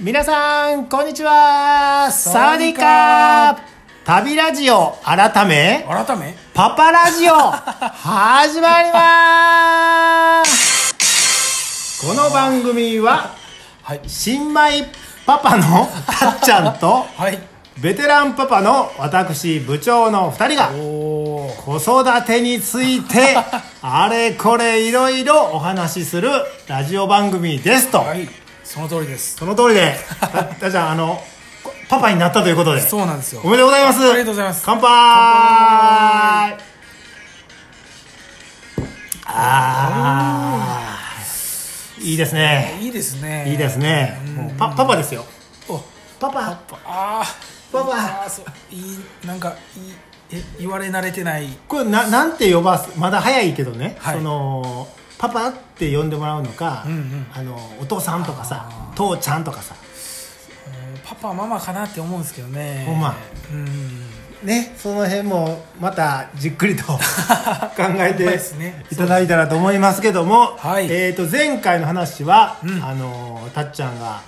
皆さんこんにちはササワワデディィーーカカーー旅ラジオ改め改めパパラジオ始まりますこの番組ははい新米パパのたっちゃんとはいベテランパパの私部長の2人がおー子育てについてあれこれいろいろお話しするラジオ番組ですと、はいその通りですその通りでたたっちゃんあのこパパになったということでそうなんですよおめでとうございますありがとうございます乾杯あーいいですねいいですねいいですねもうパパパですよおパパあーパパあーそういいなんかいいえ言われ慣れてないこれななんて呼ばすまだ早いけどね、はいそのパパって呼んでもらうのか、んうんあのお父さんとかさ父ちゃんとかさうんパパママかなって思うんですけどねほんまうんねその辺もまたじっくり と考えほんまてですねいただいたらと思いますけども、はいえー、と前回の話は、うんあのたっちゃんが、あの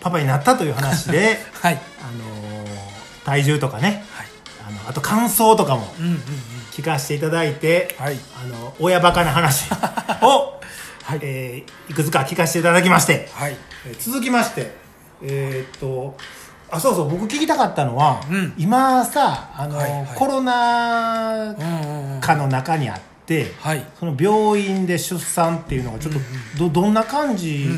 パパになったという話ではいあの体重とかねはいあのあと感想とかもうんうんうん聞かせていただいて、はいあの親バカな話を、 はいえーいくつか聞かせていただきまして、はいえー続きましてえーっとあそうそう僕聞きたかったのは、うん今さあの、はいはいコロナうんうんうん禍の中にあって、はいその病院で出産っていうのがちょっと、どどんな感じ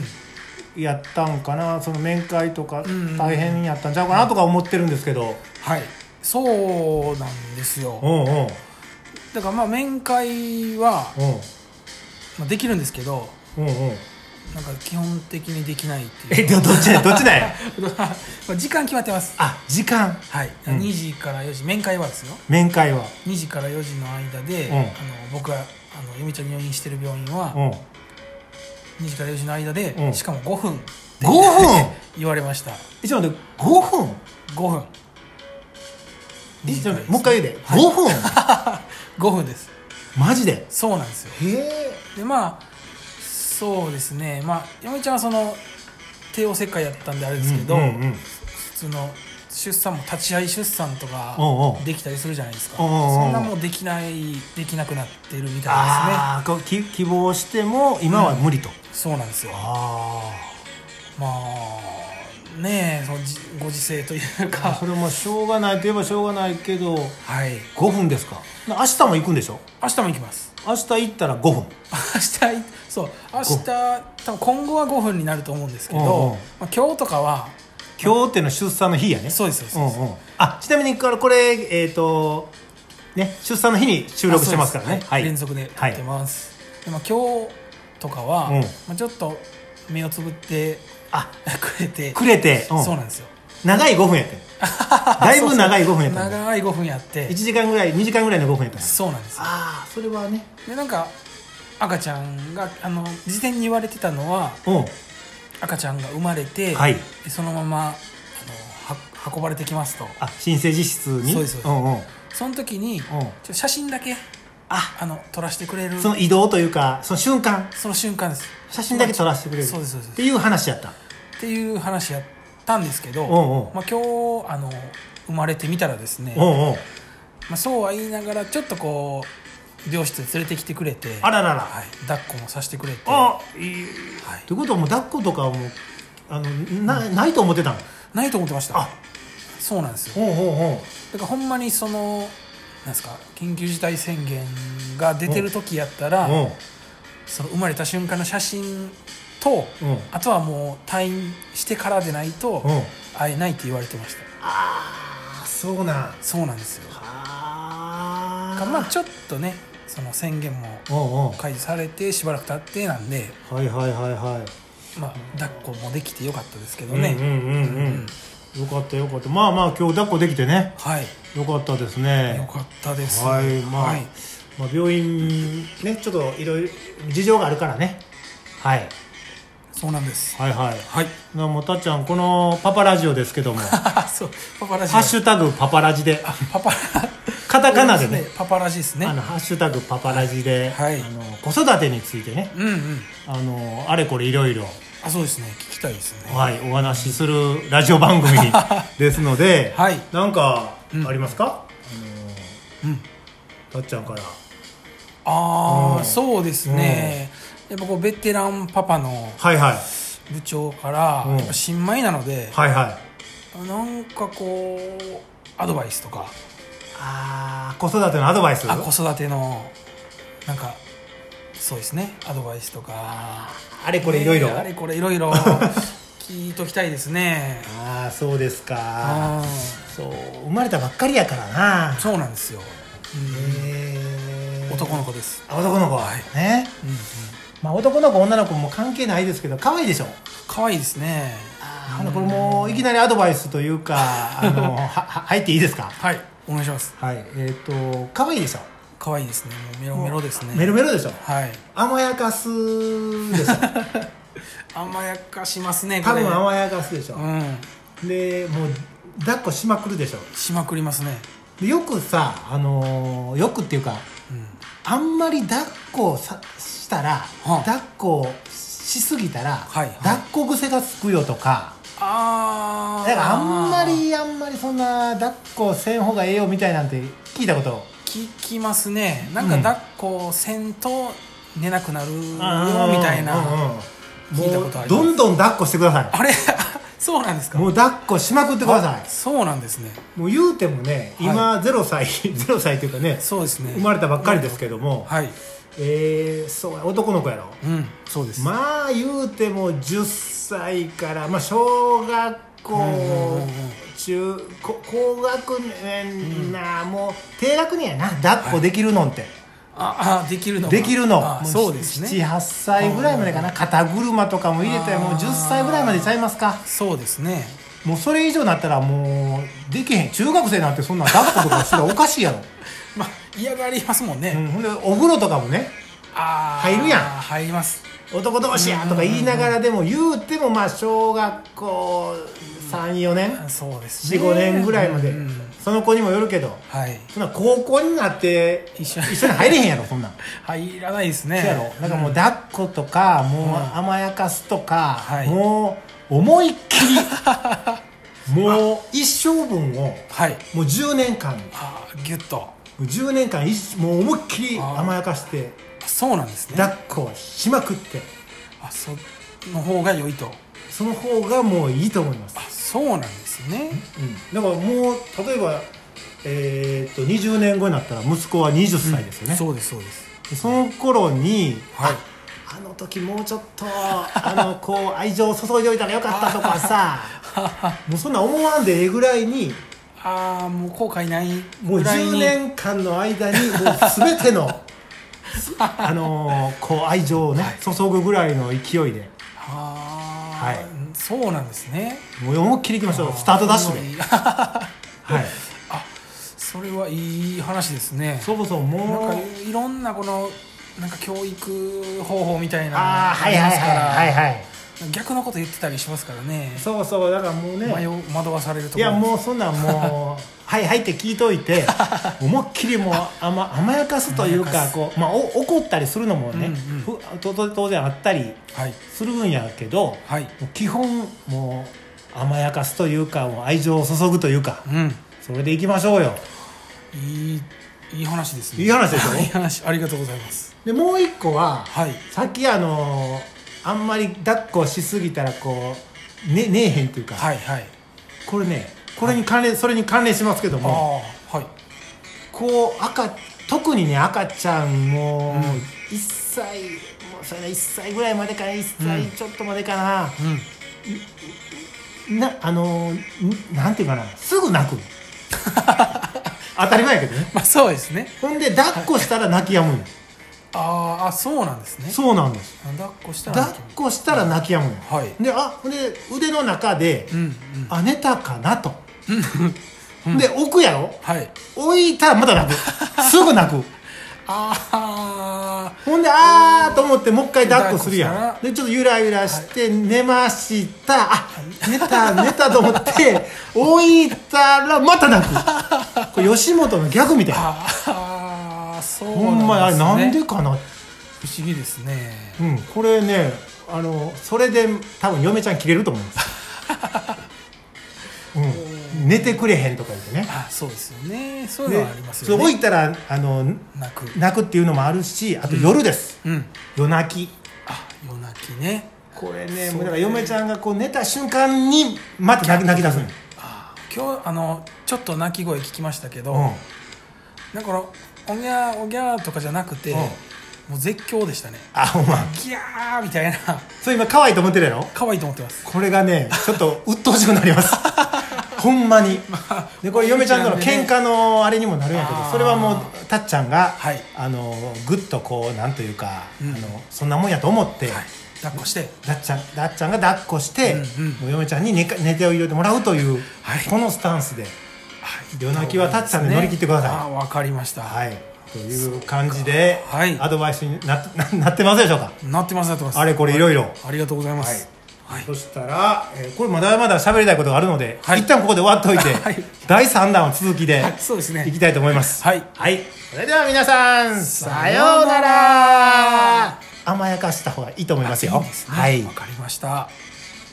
やったんかな、その面会とかんうんうん大変やったんちゃうかなとか思ってるんですけど、はいそうなんですようん、うんうんだからまあ面会は、まあ、できるんですけどうんうんなんか基本的にできないっていうえどどっち だどっちだよまあ 時間決まってますあ時間はい、うん2時から4時面会はですよ面会は2時から4時の間で、うんあの僕があのゆみちゃんに入院してる病院うは、ん2時から4時の間で、うんしかも5分5分 言われましたえちょっと待って5分5分 えちょっと待ってもう一回言うで、5分5分ですマジでそうなんですよへえでまあそうですねまあゆみちゃんはその帝王切開やったんであれですけど、うんうんうん普通の出産も立ち会い出産とかおうおうできたりするじゃないですかおうおうおうそんなもうできないできなくなってるみたいああこうき希望しても今は無理と、ですねそうなんですよあまあねえそのじご時世というあかそれもしょうがないといえばしょうがないけどはい5分ですかな明日も行くんでしょ明日も行きます明日行ったら5分明日いそう明日多分今後は5分になると思うんですけど、おうおうまあ、今日とかは今日っていうのは出産の日やねそうですそうですんうんあちなみにこれこれえっ、とね出産の日に収録してますからあそうねです連続ではやいってます、でまあ、今日とかは、うんまあ、ちょっと目をつぶってあくれてくれて、うんそうなんですよ長い5分やって んだいぶ長い5分やったんだ長い5分やって1時間ぐらい2時間ぐらいの5分やったんだそうなんですよああそれはねでなんか赤ちゃんがあの事前に言われてたのはうん赤ちゃんが生まれて、はいでそのままあのは運ばれてきますとあ新生児室にそうですそうですんうんうんその時に、ちょっと写真だけああの撮らせてくれるその移動というかその瞬間その瞬間です写真だけ撮らせてくれるそうですそうですっていう話やったっていう話やったんですけど、おうおうまあ、今日あの生まれてみたらですね、おまうおうあ、そうは言いながらちょっとこう病室連れてきてくれてあらららはい、抱っこもさせてくれてあいいはいということはもう抱っことかはもうあのなないと思ってたのないと思ってましたあそうなんですよおうおうおうだからほんまにそのなんですか緊急事態宣言が出てる時やったらうんその生まれた瞬間の写真とうんあとはもう退院してからでないとうん会えないって言われてましたああそうなんそうなんですよあだからまあちょっとねその宣言もおうおう解除されてしばらく経ってなんで、はいはいはいはいまあ、抱っこもできてよかったですけどね、うんうんうんうん、よかったよかったまあまあ今日抱っこできてねはいよかったですよねかったですはいまあ、はいまあ、病院ねちょっといろいろ事情があるからね、はい、そうなんですはいはいはいなもうたっちゃんこのパパラジオですけどもハ そうパパラジッシュタグパパラジであ パパラカタカナでねパパラジですねあのハッシュタグパパラジで、はいあの子育てについてねうんうんあのあれこれいろいろああそうですね聞きたいですねはい、お話しするラジオ番組ですので、はいなんかうんありますか、うんたっちゃんからあうんあそうですねやっぱこうベテランパパのはいはい部長からうんやっぱ新米なのではいはいなんかこうアドバイスとかあー子育てのアドバイスあ子育てのなんかそうですねアドバイスとかあれこれいろいろねあれこれい ろいろ聞いときたいですねああそうですかあそう生まれたばっかりやからなーそうなんですよ、うんへー男の子です、あ男の子ねうんうん、まあ男の子女の子も関係ないですけど可愛いでしょ可愛いですねあのこれもういきなりアドバイスという かあのはは入っていいですかはいお願いしますはいえっ、と可愛いでしょ可愛いですねもうメロメロですねメロメロでしょはい甘やかす でしょ甘やかしますね多これ分甘やかすでしょ、うでもう抱っこしまくるでしょんしまくりますねでよくさあのーよくっていうかうんあんまり抱っこさしたら、はあ抱っこしすぎたら、はいはい抱っこ癖がつくよとかあだあからあんまりあんまりそんな抱っこせん方がええよみたいなんて聞いたこと聞きますねなんかうん抱っこせんと寝なくなるよみうんたいな、うんうん聞いたもこうとありまどすんどん抱っこしてくださあれ そうなんですいかもう抱っこしまくってくださいそうなんですねもう言うてもね今0歳、0歳と いうかねそうですね生まれたばっかりですけども、はいえー、そうや男の子やろうんそうです、まあ言うても10歳から、まあ、小学校、うんうんうんうん中高高学年な、もう低学年やな抱っこできるのんて、ああできるのができるのあもそうですね78歳ぐらいまでかな肩車とかも入れてあーもう10歳ぐらいまでちゃいますかそうですねもうそれ以上になったらもうできへん中学生なんてそんな抱っことかしたらおかしいや ろ、まあ嫌がりますもんね、うん、ほんでお風呂とかもねああ入るやん入ります男同士やとか言いながらでも言うてもまあ小学校34年、そうですね45年ぐらいまで、うんうんその子にもよるけどはいそんな高校になって一緒一緒に入れへんやろそん なん入らないですねそうやろなんかもう抱っことかもう甘やかすとか、はいもう思いっき りもう一生分をはいもう10年間もあーギュッとう10年間一もう思いっきり甘やかしてそうなんですね抱っこしまくってあその方が良いとその方がもういいと思いますあそうなんですねだからもう例えば、えーっと20年後になったら息子は20歳ですよね、そうですそうですでその頃にはいあの時もうちょっと あのこう愛情を注いでおいたらよかったとか さもうそんな思わんでええぐらいにああもう後悔ないもうぐらいに10年間の間にもう全て のあのこう愛情をね、注ぐぐらいの勢いでああ、はいうんそうなんですねもう思いっきりいきましょうスタートダッシュで、ではい、 それはいい話ですねそもそもなんもかういろんなこのなんか教育方法みたいなのああはいはいはいはいいはい逆のこと言ってたりしますからねそうそうだからもうね迷う惑わされるとこいやもうそんなんもう「はいはい」って聞いとい て思いっきりもう甘甘やかすという甘やかかすこう、まあ、お怒ったりするのもね、うんうんふとと当然あったりはいするんやけど、はいもう基本もう甘やかすというかもう愛情を注ぐというかうんそれでいきましょうよいいいい話ですねいい話でしょいい話ありがとうございますでもう一個は、はいさっきあのあんまり抱っこしすぎたらこうねねえへんというか、はいはいこれねこれに関連それに関連しますけどああもはいこう赤特にね赤ちゃんも1歳、もうそれ1歳ぐらいまでかな1歳うんちょっとまでかな、うんなあのーんなんていうかなすぐ 泣く当たり前やけどねまあそうですねほんで抱っこしたら泣き止むんよ、あーあそうなんですねそうなんです抱っこしたら抱っこしたら泣き止むんよ、はいであほんで腕の中で、うんうんあ寝たかなと、で置くやろはい置いたらまた泣くすぐ泣くあほんで、あーと思って、もう一回抱っこする抱っやこん。で、ちょっとゆらゆらして、寝ました。あ、寝た、寝たと思 って、置いたら、また泣く。これ、吉本のギャグみたいーな。あーそうほんまに、なあんでれ、なんすねでかな。不思議ですねうん、これね、あのそれで多分嫁ちゃん切れると思い ます、うん、寝てくれへんとか言ってねあそうですよねそういうでのはありますそれよ置ねいたらあの泣く泣くっていうのもあるしあと夜です、うん夜泣きあ夜泣きねこれねそうもうだから嫁ちゃんがこう寝た瞬間にまた泣き泣き出すのよあ今日あのちょっと泣き声聞きましたけど、うんなんかこのおぎゃーおぎゃーとかじゃなくて、うんもう絶叫でしたねあほんまギャーみたいな それ今可愛いと思ってるやろ可愛いと思ってますこれが ねちょっと鬱陶しくなりますほんまにあでこれ嫁ちゃんとの喧嘩のあれにもなるんやけどあーそれはもうたっちゃんが、はいあのぐっとこうなんというか、うんあのそんなもんやと思って、はい抱っこしてだっちゃんだっちゃんが抱っこして、うんうんもう嫁ちゃんに寝か寝てを入れてもらうという、はいこのスタンスではい夜泣きはたっちゃんで乗り切ってくださいあーわかりました、はいという感じで、はいアドバイスになっな なってますでしょうかなってますなってますあれこれいろいろありがとうございます、はいそしたら、えーこれまだまだ喋りたいことがあるので、はい一旦ここで終わっといて、 はい第3弾を続きではいそうですねいきたいと思いますはいはい、それでは皆さんさようなさようならら甘やかした方がいいと思いますあよいいですねはいわかりました